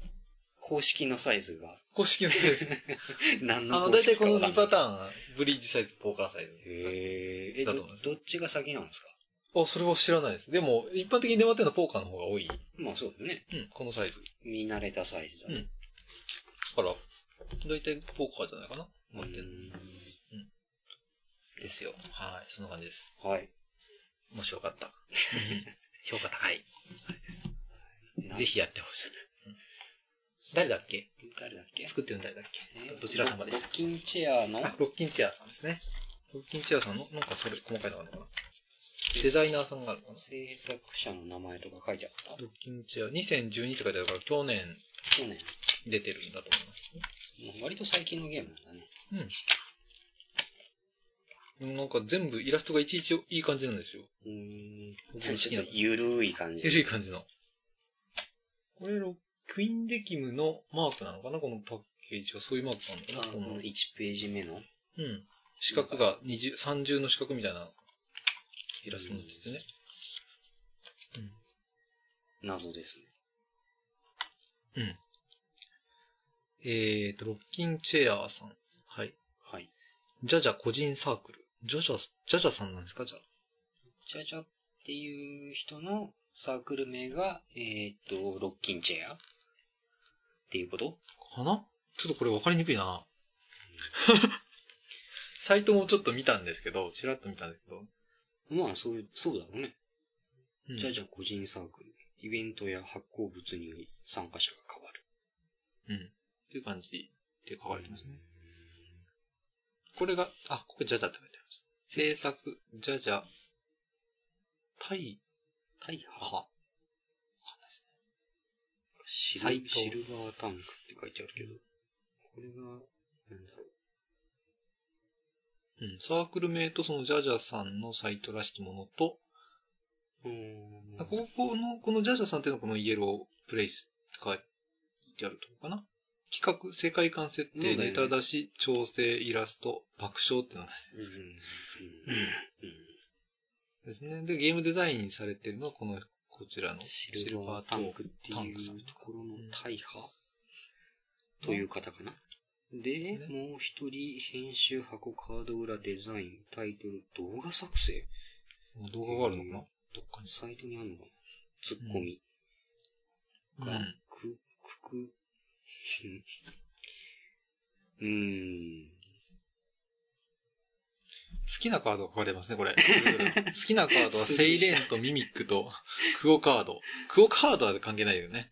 公式のサイズが、公式のサイズ。何のあの、公だいたい式かこの2パターン。ーン、ブリッジサイズ、ポーカーサイズ。へーえだとど思いますどっちが先なんですかあ、それは知らないです。でも、一般的に出回ってるのはポーカーの方が多い。まあそうだね。うん、このサイズ。見慣れたサイズだね。だから、だいたいポーカーじゃないかな。う持ってるんですよ。はい、そんな感じです。はい。面白かった。 評価高い。なぜひやってほしい。誰だっけ誰だっけ作ってるの誰だっけどちら様でしたロッキンチェアのあ、ロッキンチェアさんですね。ロッキンチェアさんの、なんかそれ、細かいのがあるのかなデザイナーさんがあるのかな制作者の名前とか書いてあった。ロッキンチェア、2012って書いてあるから、去年去年。出てるんだと思います。もう割と最近のゲームなんだね。なんか全部イラストがいちいちいい感じなんですよ。うーん。僕の好きちょなっとゆるい感ゆじ。るい感じの。これ、ロクイーンデキムのマークなのかなこのパッケージは。そういうマークなのあかなこの、の、1ページ目の。うん。四角が二重、三重の四角みたいなイラストになっててね。謎ですね。えーと、ロッキンチェアさん。はい。はい。ジャジャ個人サークル。ジャジャ、ジャジャさんなんですかじゃあ。チャチャっていう人のサークル名が、えーっと、ロッキンチェアっていうことかなちょっとこれ分かりにくいな。サイトもちょっと見たんですけど、ちらっと見たんですけど。まあ、そういう、そうだろうね。うんチャチャ個人サークル。イベントや発行物により参加者が変わる。うん。っていう感じで書かれてますね。これが、あ、ここジャジャって書いてあります。制作、ジャジャ、タイ、大破ハ。シサイルトシルバータンクって書いてあるけど、これが、なんだろう。うん。サークル名とそのジャジャさんのサイトらしきものと、うーんあここの、このジャジャさんっていうのはこのイエロープレイスって書いてあるとこかな。企画、世界観設そうだ定、よねネタ出し、調整、イラスト、爆笑っていうのがうんうんですね。で、ゲームデザインされてるのはこのこちらのシルバータンクってタンいクさんうととかころのうん大破という方かな。で、ですもう一人、編集箱、カード裏、デザイン、タイトル、動画作成もう動画があるのかなどっかにサイトにあるのかなツッコミ、うがん。く、くく、うーん。好きなカードが書かれますね、こ れ。それぞれ好きなカードは、セイレンとミミックと、クオカード。クオカードは関係ないよね。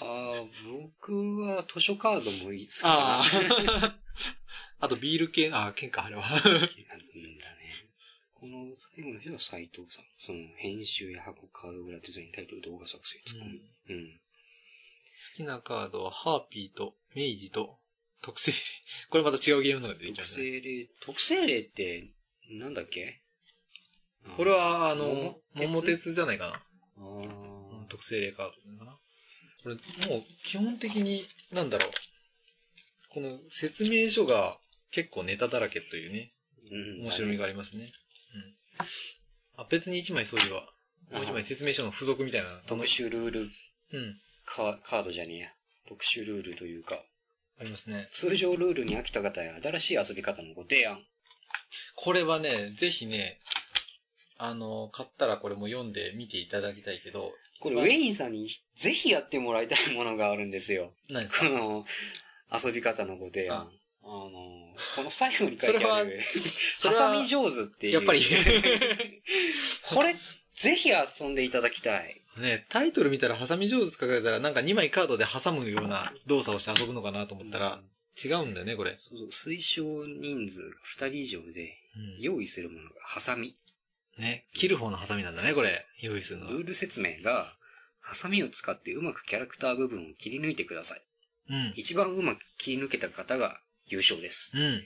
ああ、僕は図書カードも好きあだな。あ。 あと、ビール系、ああ、喧嘩あれは。なんだね。この最後の人は斎藤さん。その編集や箱、カード裏デザイン、タイトル、動画作成、ツッコミ。うん。好きなカードは、ハーピーと、メイジと、特性霊。これまた違うゲームのが出てきま特すね。性例、特性例って、なんだっけこれ、は、あ桃の、鉄桃鉄じゃないかあな。うんー特性霊カードなのかな。これ、もう、基本的に、なんだろう。この説明書が結構ネタだらけというね、うん。面白みがありますね。うん。あ、別に一枚そういえば、もう一枚説明書の付属みたいなの特楽し殊ルールうん。カ、カードじゃねえや。特殊ルールというか、ありますね。通常ルールに飽きた方や新しい遊び方のご提案。これはね、ぜひね、あの、買ったらこれも読んで見ていただきたいけど、これ、ウ一番ェインさんにぜひやってもらいたいものがあるんですよ。何ですこかの、遊び方のご提案。あの、この最後に書いそてれはある、そハれサはミ上手っていう。やっぱ り これ、ぜひ遊んでいただきたい。ね、タイトル見たらハサミ上手って書かれたら、なんか2枚カードで挟むような動作をして遊ぶのかなと思ったら、違うんだよね、これ。そうそう、推奨人数が2人以上で、うん用意するものがハサミ。ね、切る方のハサミなんだね、これ。用意するのは。うルール説明が、ハサミを使ってうまくキャラクター部分を切り抜いてください。ん。一番うまく切り抜けた方が優勝です。う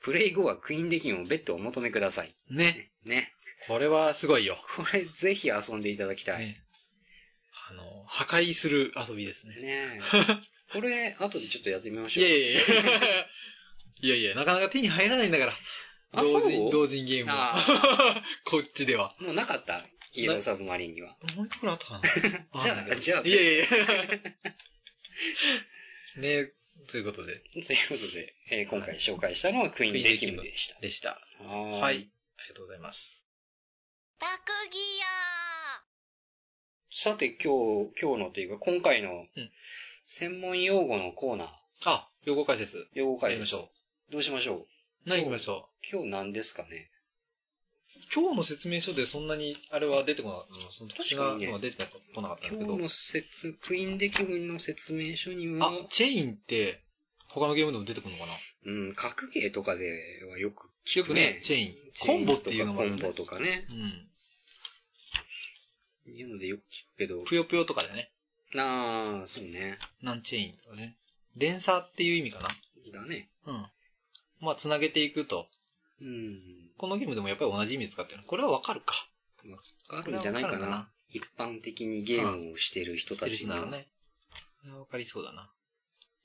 プレイ後はクイーンデッキも別途お求めください。ん。ね、ね。これはすごいよ。これぜひ遊んでいただきたい。ねねあの、破壊する遊びですね。え。これ、後でちょっとやってみましいょう。やいやいや。 いやいや、なかなか手に入らないんだから。あ同そう人、同人ゲームは。あ こっちでは。ーもうなかった黄色いサブマリンには。もう一個くらいあったか なじゃあじゃあいやいやいや。 ねということで、ということで、えー今回紹介したのはクイーンデキムでしでした。た。ははーい。あ。りがとうございます。特技やさて今日、今日のというか今回のうん専門用語のコーナー、あ、用語解説。用語や解りまし説。ょどうしましょうう。何行きましょ今日何ですかねう。今日の説明書でそんなに、あれは出てこなかった。その特殊な確かにねのは出てこなかったんです今け日ど。の説、クイーンデキムの説明書には、あ、チェインって、他のゲームでも出てくるのかなうん、格ゲーとかではよくよくねね、チェイン。チェコーンボっていうのもあるよとかねコンボとかね。うん。いうのでよく聞くけど。ぷよぷよとかでね。ああ、そうね。なんチェインとかね。連鎖っていう意味かだね。な。うん。まあ、つなげていくと。うん。このゲームでもやっぱり同じ意味使ってる。これはわかるか。あるんじゃないかな。これはわか一般的にゲームをしてる人知ってたるち人のならね。これはわかりそうだな。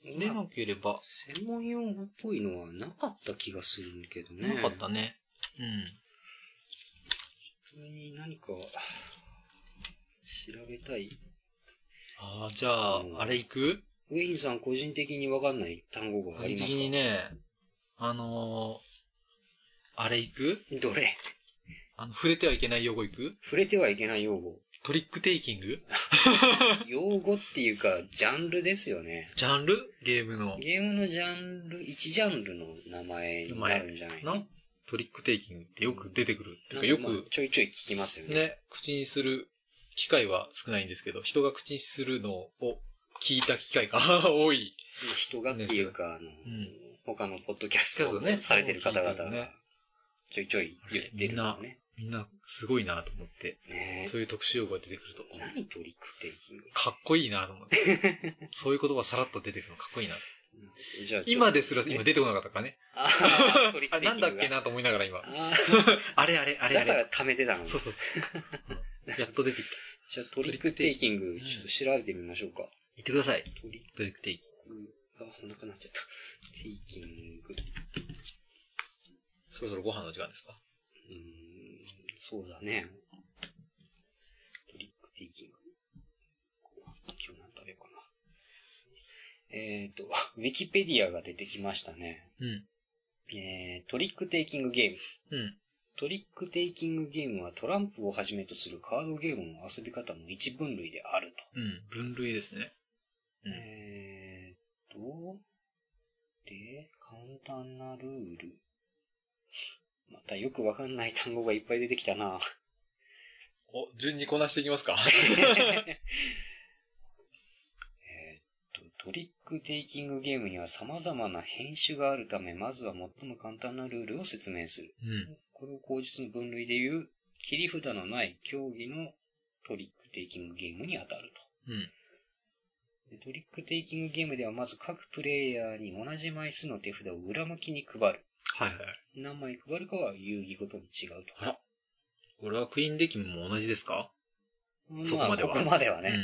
ででなも、ければ、専門用語っぽいのはなかった気がするけどね。なかったね。うん。普通に何か、調べたい。ああ、じゃあ、うんあれ行くウェインさん個人的にわかんない単語があり的ますにね、あのー、あれ行くかどれあの、触れてはいけない用語行く触れてはいけない用 語。トリックテイキング用語っていうか、ジャンルですよね。ジャンルゲームの。ゲームのジャンル、1ジャンルの名前になるんじゃないなトリックテイキングってよく出てくる。ってないんうかかよまあくちょいちょい聞きますよね。ね、口にする機会は少ないんですけど、人が口にするのを聞いた機会が 多い。人がっていうか、あの、ん他のポッドキャストそうねをされてる方々そう聞いてるがね、ちょいちょい言ってるのね。みんなすごいなと思って、ねそういう特殊用語が出てくると、何トリックテイキングかっこいいなと思って。 そういう言葉さらっと出てくるのかっこいいな。じゃあちょ今ですら今出てこなかったからね。あートリックあ、テイなキングんだがっけなと思いながら今。ああれあれあーれあだかれ。ら溜めてたのね。そうそう そう。やっと出てきた。じゃあトリックテイキング、トリックテちょイキングっと調べてみましょうか。言ってください。トリトリックテイキング。ック、あ、お腹なっちゃった。テイキング。そろそろご飯の時間ですかうーんそうだね。トリックテいきます。今日何食べようかな。えっ、と、ウィキペディアが出てきましたね。うん。えー、トリックテイキングゲーム。うん。トリックテイキングゲームはトランプをはじめとするカードゲームの遊び方の一分類であると。うん。分類ですね。うんえーっと、で、簡単なルール。またよくわかんない単語がいっぱい出てきたな。お、順にこなしていきますか。えーっと、トリックテイキングゲームには様々な編集があるため、まずは最も簡単なルールを説明する。うん。これを口述の分類で言う、切り札のない競技のトリックテイキングゲームに当たると。うん。でトリックテイキングゲームではまず各プレイヤーに同じ枚数の手札を裏向きに配る。はいはい。何枚配るかは遊戯ごとに違うと。あらこれはクイーンデッキも同じですかそこあまではここまではね。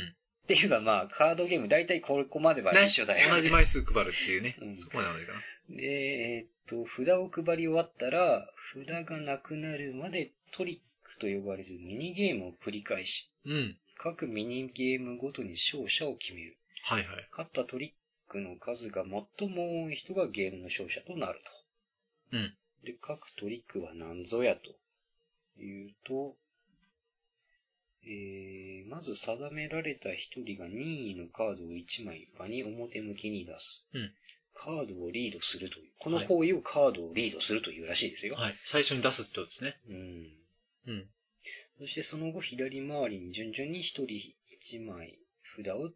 っていうかまあ、カードゲーム、だいたいここまでは一緒だよ、うん。ね。同じ枚数配るっていうね。うんそこまでは同じかな。で、えーっと、札を配り終わったら、札がなくなるまでトリックと呼ばれるミニゲームを繰り返し、うん。各ミニゲームごとに勝者を決める。はいはい。勝ったトリックの数が最も多い人がゲームの勝者となると。うん。で、各トリックは何ぞやというと、えー、まず定められた一人が任意のカードを1枚場に表向きに出す。うんカードをリードするという。この行為をカードをリードするというらしいですよ。はい。最初に出すってことですね。うん。うん。そしてその後左回りに順々に一人一枚札を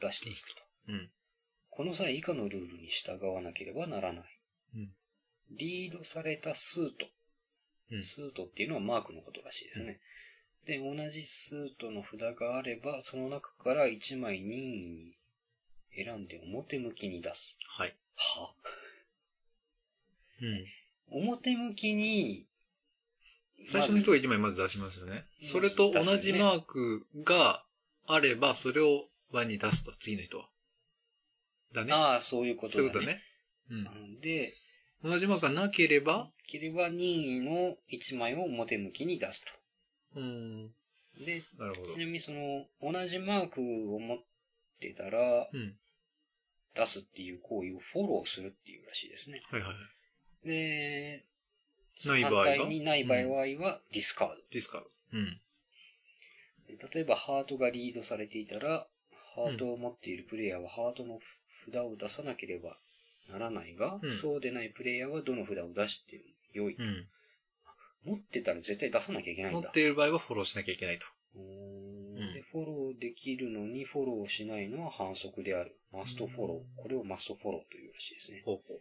出していくと。うん。この際以下のルールに従わなければならない。うんリードされたスート。うんスートっていうのはマークのことらしいですね。で、同じスートの札があれば、その中から1枚任意に選んで表向きに出す。はい。はうん。表向きに、最初の人が1枚まず出しますよね。それと同じマークがあれば、それを輪に出すと、次の人は。だね。ああ、そういうことそうだいねう。ことだね。うん。うんで、同じマークがなければ、切れば任意の1枚を表向きに出すうん。と。で、なるほどち。なみにその、同じマークを持ってたら、うん。出すっていう行為をフォローするっていうらしいですね。はいはい。で、ない場合反が対にない場合はディスカード。ディスカード。うん。で例えばハートがリードされていたら、ハートを持っているプレイヤーはハートの札を出さなければならないが、うんそうでないプレイヤーはどの札を出してもよい。う持ってたら絶対出さなきゃいけないん。持んっだ。ている場合はフォローしなきゃいけないと。うーんうんでフォローできるのにフォローしないのは反則である。マストフォロー。これをマストフォローというらしいですね。ほうほう。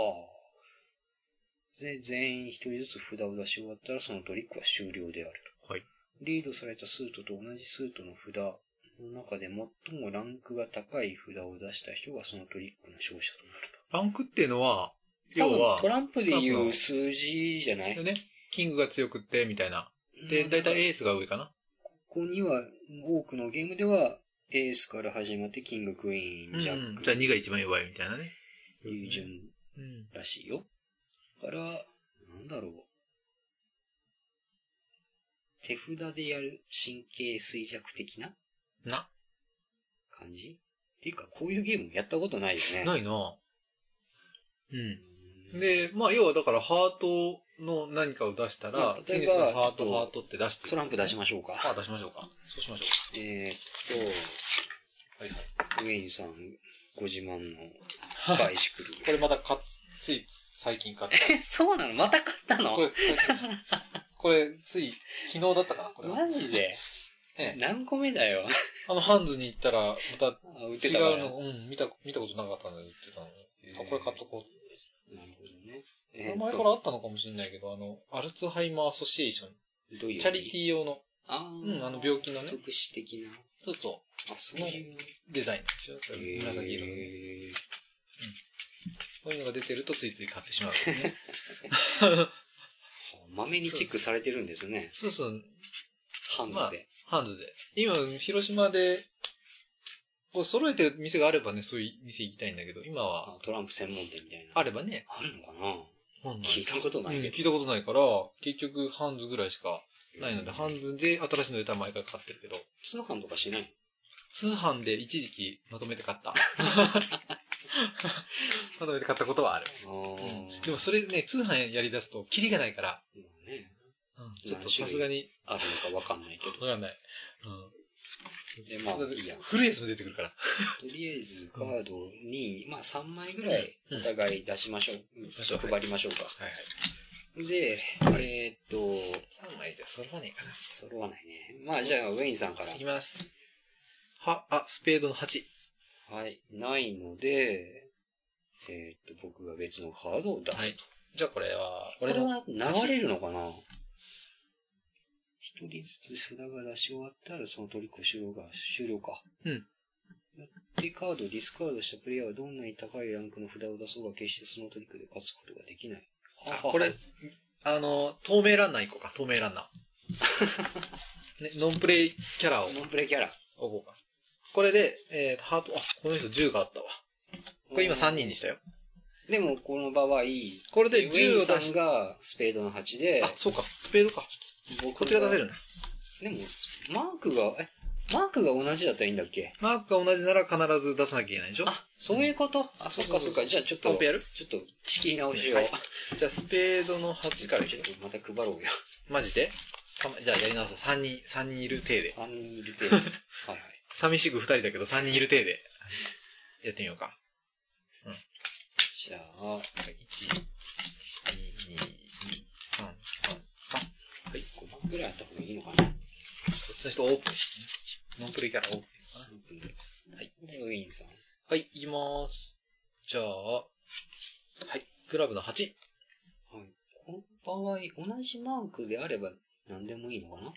はあ。で、全員一人ずつ札を出し終わったら、そのトリックは終了であるはい。と。リードされたスートと同じスートの札の中で最もランクが高い札を出した人がそのトリックの勝者となると。ランクっていうのは、要は多分ト、ランプで多いう分数字じゃないね、キングが強くって、みたいな。で、だいたいエースが上かな。ここには、多くのゲームでは、エースから始まって、キング、クイーン、ジャッうク、んじゃあ2が一番弱いみたいなね。っていう順うん。らしいよ。だから、なんだろう。手札でやる神経衰弱的なな、感じっていうか、こういうゲームやったことないよね。ないなうう。んん、で、まあ、要はだから、ハートの何かを出したまらあ、次例のえば人がハーちょっト、とハートって出してトランプ出しまましょうあ、か。出しましょうか。そうしましょえーっう。はいはい。と、ウェインさん、ご自慢のバイシクル。 これまた買っ、つい最近買っえ、そうなのまた買ったた。のこれ、これ、つい昨日だったかな、これは。マジでええ何個目だよ。あの、ハンズに行ったら、またあ売って違たからうの、うん、見た、見たことなかったので言ってたのに。あ、これ買っとこう。なるほどね。こえーれっと前からあったのかもしれないけど、あの、アルツハイマーアソシエーション。どういうチャリティィー用の、あうーん、あの病気のね。福祉的な。そうそあ、そういう。う。デザインですよ。紫色のね。えーこういうのが出てるとついつい買ってしまう、ね。まめにチェックされてるんですね。 そうそう、ハンズで。ハンズで。今、広島で、こう揃えてる店があればね、そういう店行きたいんだけど、今は、あトランプ専門店みたいな。あればね、あるのかな本来聞いたことないうんけ聞いど。たことないから、結局ハンズぐらいしかえないので、ハンズで新しいの出たら毎回買ってるけど、通販とかしない通販で一時期まとめて買った。 まとめて買ったことはある。ああ、うんでもそれね、通販やり出すと、キリがないから、まあね、ちょっとさすがに、あるのかわかん ないけど。わかんない。で、まあ、いいや。古いやつも出てくるから。とりあえず、カードに、まあ、3枚ぐらい、お互い出しましょう。ちょっと配りましょうか。はいはい。で、はいえーっと、 3枚じゃ揃わねえかな。揃わないね。まあ、じゃあ、ウェインさんからい。きます。は、あ、スペードの8。はい。ないので、えーっと、僕が別のカードを出す。はい。じゃあこれは、こ俺れの、は流れるのかな一人ずつ札が出し終わったら、その取り越しが終了か。うん。やってカード、ディスカードしたプレイヤーはどんなに高いランクの札を出そうが決してそのトリックで勝つことができない。あ、これ、あの、透明ランナー行こうか、透明ランナ ー。ね、ノンプレイキャラを置ノンプレイキャラ。こうか。これで、えー、ハート、あ、この人10があったわ。これ今3人にしたよ。でも、この場合、これでウェイ10ンをさ出んしがスペードの8であ、、そうか、スペードか。こっちが出せるね。でも、マークが、え、マークが同じだったらいいんだっけマークが同じなら必ず出さなきゃいけないでしょあ、そういうこと、あ、そっかそっか。じゃあちょっと、トンペちょやるっと、仕切り直しを。はいじゃあ、スペードのち8ょかっらといくまた配ろうよ。マジでさじゃあやり直そう。3人、三人いる体で。 3人い る程度。はいはい。寂しく2人だけど3人いる体で。やってみようか。じゃあ、 1、1、2、2、3、3、3。はい、5番ぐらいあった方がいいのかな。こっちの人オープン。ノンプレイキャラオープン。はい。で、ウィンさん。はい、いきまーす。じゃあ、はい、クラブの8。はい。この場合、同じマークであれば何でもいいのかな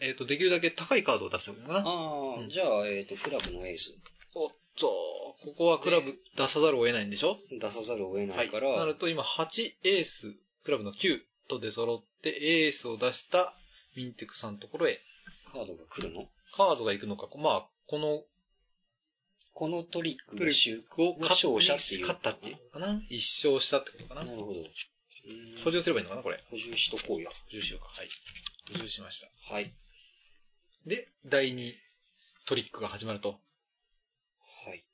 えっ、と、できるだけ高いカードを出しておくのかな。ああ、うんじゃあ、えっ、と、クラブのエース。おっと、ここはクラブ出さざるを得ないんでしょ出さざるを得なはいい。から、なると今8エース、クラブの9と出揃ってエースを出したミンテクさんのところへカードが来るのカードが行くのか。まあ、このこのトリックトがリ終ックを勝勝者っていう勝ったっていうのかな一勝したってことかななるほど。う補ーん充すればいいのかなこれ。補充しとこうよ。補充しようか。はい。補充しました。はい。で、第2トリックが始まると。はい。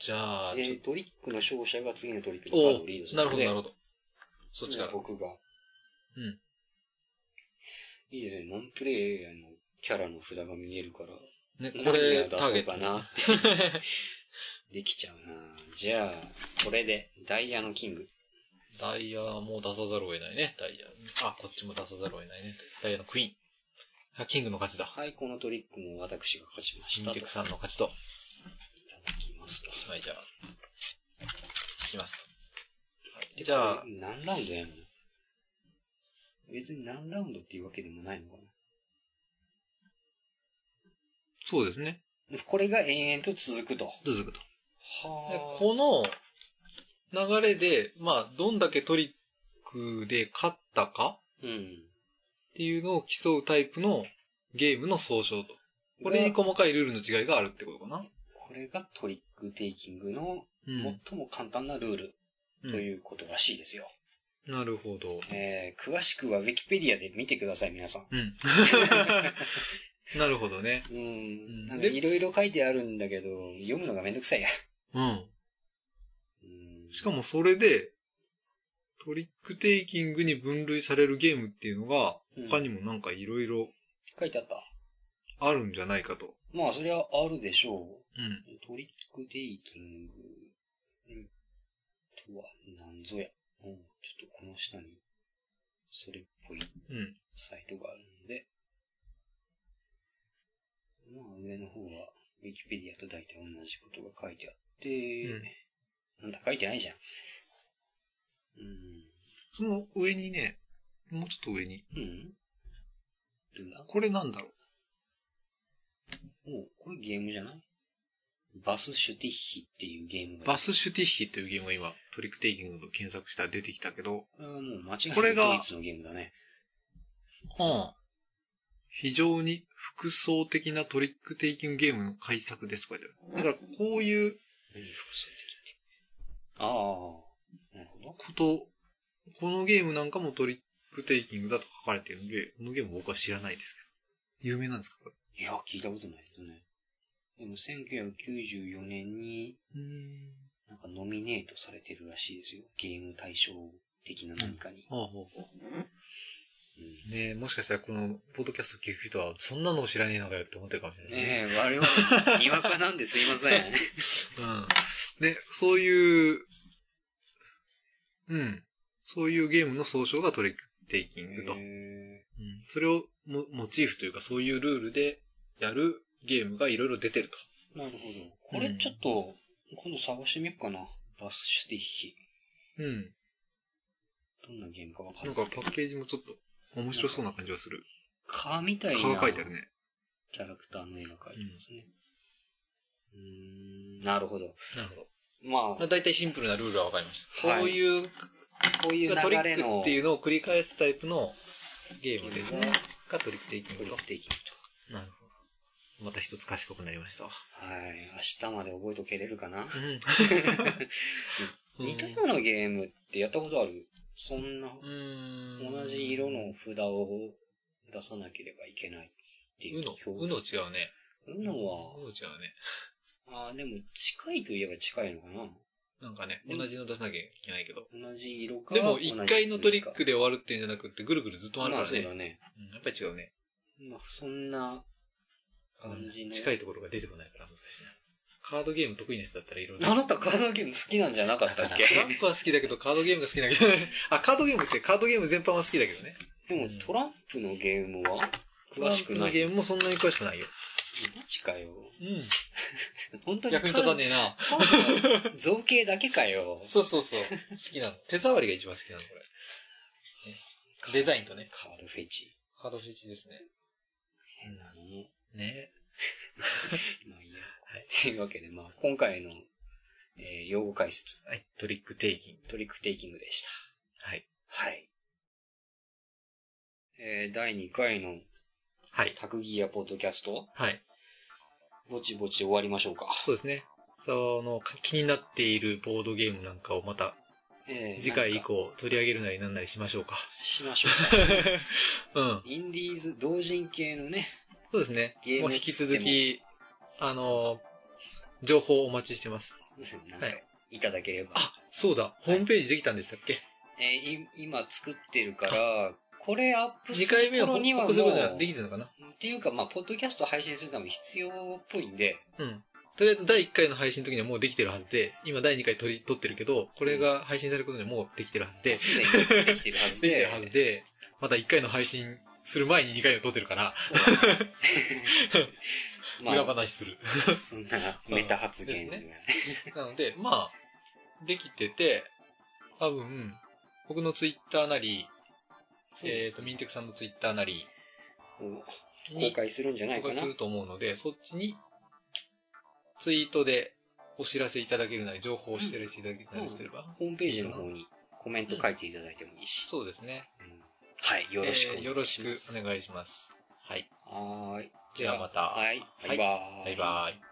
じゃあ、でち、トリックの勝者が次のトリックのカょードをリードすおるなるほど、なるほど。ほど。そっちから。僕が。うん。いいですね。ノンプレイヤーのキャラの札が見えるから、ね、ここれれ、出ターゲそうか。ットなって。 できちゃうなじゃあ、これで、ダイヤのキング。ダイヤも出さざるを得ないね。ダイヤ。あ、こっちも出さざるを得ないね。ダイヤのクイーン。あ、キングの勝ちだ。はい、このトリックも私が勝ちまシしンたと。テいクさんの勝ちと。ただきますと。はい、じゃあ、いきます。はいじゃあこ、れ何ラウンドやんの別に何ラウンドっていうわけでもないのかそうですね。な。これが延々と続くと。は続くと。であ。この流れで、まあ、どんだけトリックで勝ったかうん。っていうのを競うタイプのゲームの総称と。これにが細かいルールの違いがあるってことかな。これがトリックテイキングのうん。最も簡単なルールうとんいうことらしいですよ。なるほ ど。えー、詳しくはウィキペディアで見てください、皆さん。うん。なるほどね。うーん。んなんかいろいろ書いてあるんだけど、読むのがめんどくさいや。うん。うーんしかもそれで、トリックテイキングに分類されるゲームっていうのが、うん他にもなんかいろいろ書いてあった。あるんじゃないかと。まあ、それはあるでしょう。うん。トリックテイキング、うん、とは、なんぞや。うん、ちょっとこの下に、それっぽいうん。サイトがあるんで、まあ上の方は、ウィキペディアと大体同じことが書いてあって、なんだ書いてないじゃん。その上にね、もうちょっと上に、うん。うんどうだこれなんだろうおうこれゲームじゃないバスシュティッヒっていうゲームが。バスシュティッヒというゲームを今、トリックテイキングと検索したら出てきたけど、これはもう間違いなこくれがドイツのゲームだね。うん。非常に複層的なトリックテイキングゲームの改作ですとか言ってある。だから、こういう何複数的って。ああ、なるほど。こと、このゲームなんかもトリップテイキングだと書かれているので、このゲーム僕は知らないですけど。有名なんですかこれ。いや、聞いたことないですね。でも、1994年に、うん。なんかノミネートされてるらしいですよ。ゲーム対象的な何かに。ああ、ほうほうんう。ねえ、もしかしたらこの、ポッドキャスト聞く人は、そんなのを知らねえのかよって思ってるかもしれない。ねえ、我々、にわかなんですいま せん。うん。で、そういう、うん。そういうゲームの総称がトレックテイキングと。えうんそれをモモチーフというか、そういうルールでやるゲームがいろいろ出てると。ーなるほど。これちょっと、今度探してみようかな。バスシュティヒ。うん。どんなゲームかわかなんんないか。パッケージもちょっと面白そうな感じがする。蚊みたいな。顔が書いてあるね。キャラクターの絵が描いてますね。うーん、なるほど。なるほど。ままあ、大体シンプルなルールはわかりました。はいこういう、あ、こういうトリ流れックのっていうのを繰り返すタイプのゲームですゲーねムが。がトリックテイキントグリとック。テイキングなるほど。また一つ賢くなりましたわ。と。はい。明日まで覚えとけれるか な。うん。似たようなゲームってやったことあるそんな、うん。同じ色の札を出さなければいけないっていううの。表うの違うね。うのはう、の違うね。ああ、でも近いといえば近いのかなんかね、うん同じの出さなきゃいけないけど。な同じ色か。でも、一回のトリックでで終わるっていうんじゃなくて、ぐるぐるずっとま回るかあらそうだね。ね。うんやっぱり違うね。まあそんな感じの。近いところが出てこないから難しいな。カードゲーム得意な人だったらいろいろ。あなたカードゲーム好きなんじゃなかったっけトランプは好きだけど、カードゲームが好きだけど、 あ、カードゲームって、カードゲーム全般は好きだけどね。でもトランプのゲームは詳しくトラなンプのい。ゲームもそんなに詳しくないよ。マジかよ。うん。本当に役に立たねえな。カードの造形だけかよ。そうそうそう。好 きなの。手触りが一番好きなの、これ。ねデザインとね。カードフェチ。カードフェチですね。変なのね。ねまあいいや。はいというわけで、まあ今回の、えー用語解説、はい。トリックテイキング。トリックテイキングでした。はい。はい。えー第2回のはい。タクギアポッドキャスト、はい。ぼちぼち終わりましょうか。そうですね。その、か気になっているボードゲームなんかをまたえー次回以。なんか降取り上げるなりなんなりしましょうか。しましょう か。うん。インディーズ同人系のね、そうですねゲー。ムもう引き続き、あの、情報をお待ちしてます。そうですねなんかはいただければ。あ、そうだ。ホームページできたんでしたっけ、えーい今作ってるから、これアップす ?2 回目るを頃報にはも告う、することがでっきてるのかなていうか、まあ、ポッドキャスト配信するために必要っぽいんで、うん。とりあえず第1回の配信の時にはもうできてるはずで、今第2回撮り撮ってるけど、これが配信されることにはもうできてるはずで、すでにできてるはずできてでる、はずで、また1回の配信する前に2回を撮ってるから、そうだねま裏あ、話する。そんなメタ発言が、うんなので、まあ、できてて、多分、僕のツイッターなり、えっ、と、ミンテクさんのツイッターなり こう公に開するんじゃない公か開なす。ると思うので、そっちに、ツイートでお知らせいただけるなり、情報をお知らせいただけるなりしてれば、ホームページの方にコメント書いていただいてもいいし。そうですね。うんはい、よろしくおえ願いします。ーよろしくお願いします。はい。はーい。ではまたはい、バイバーイ。バイバイ。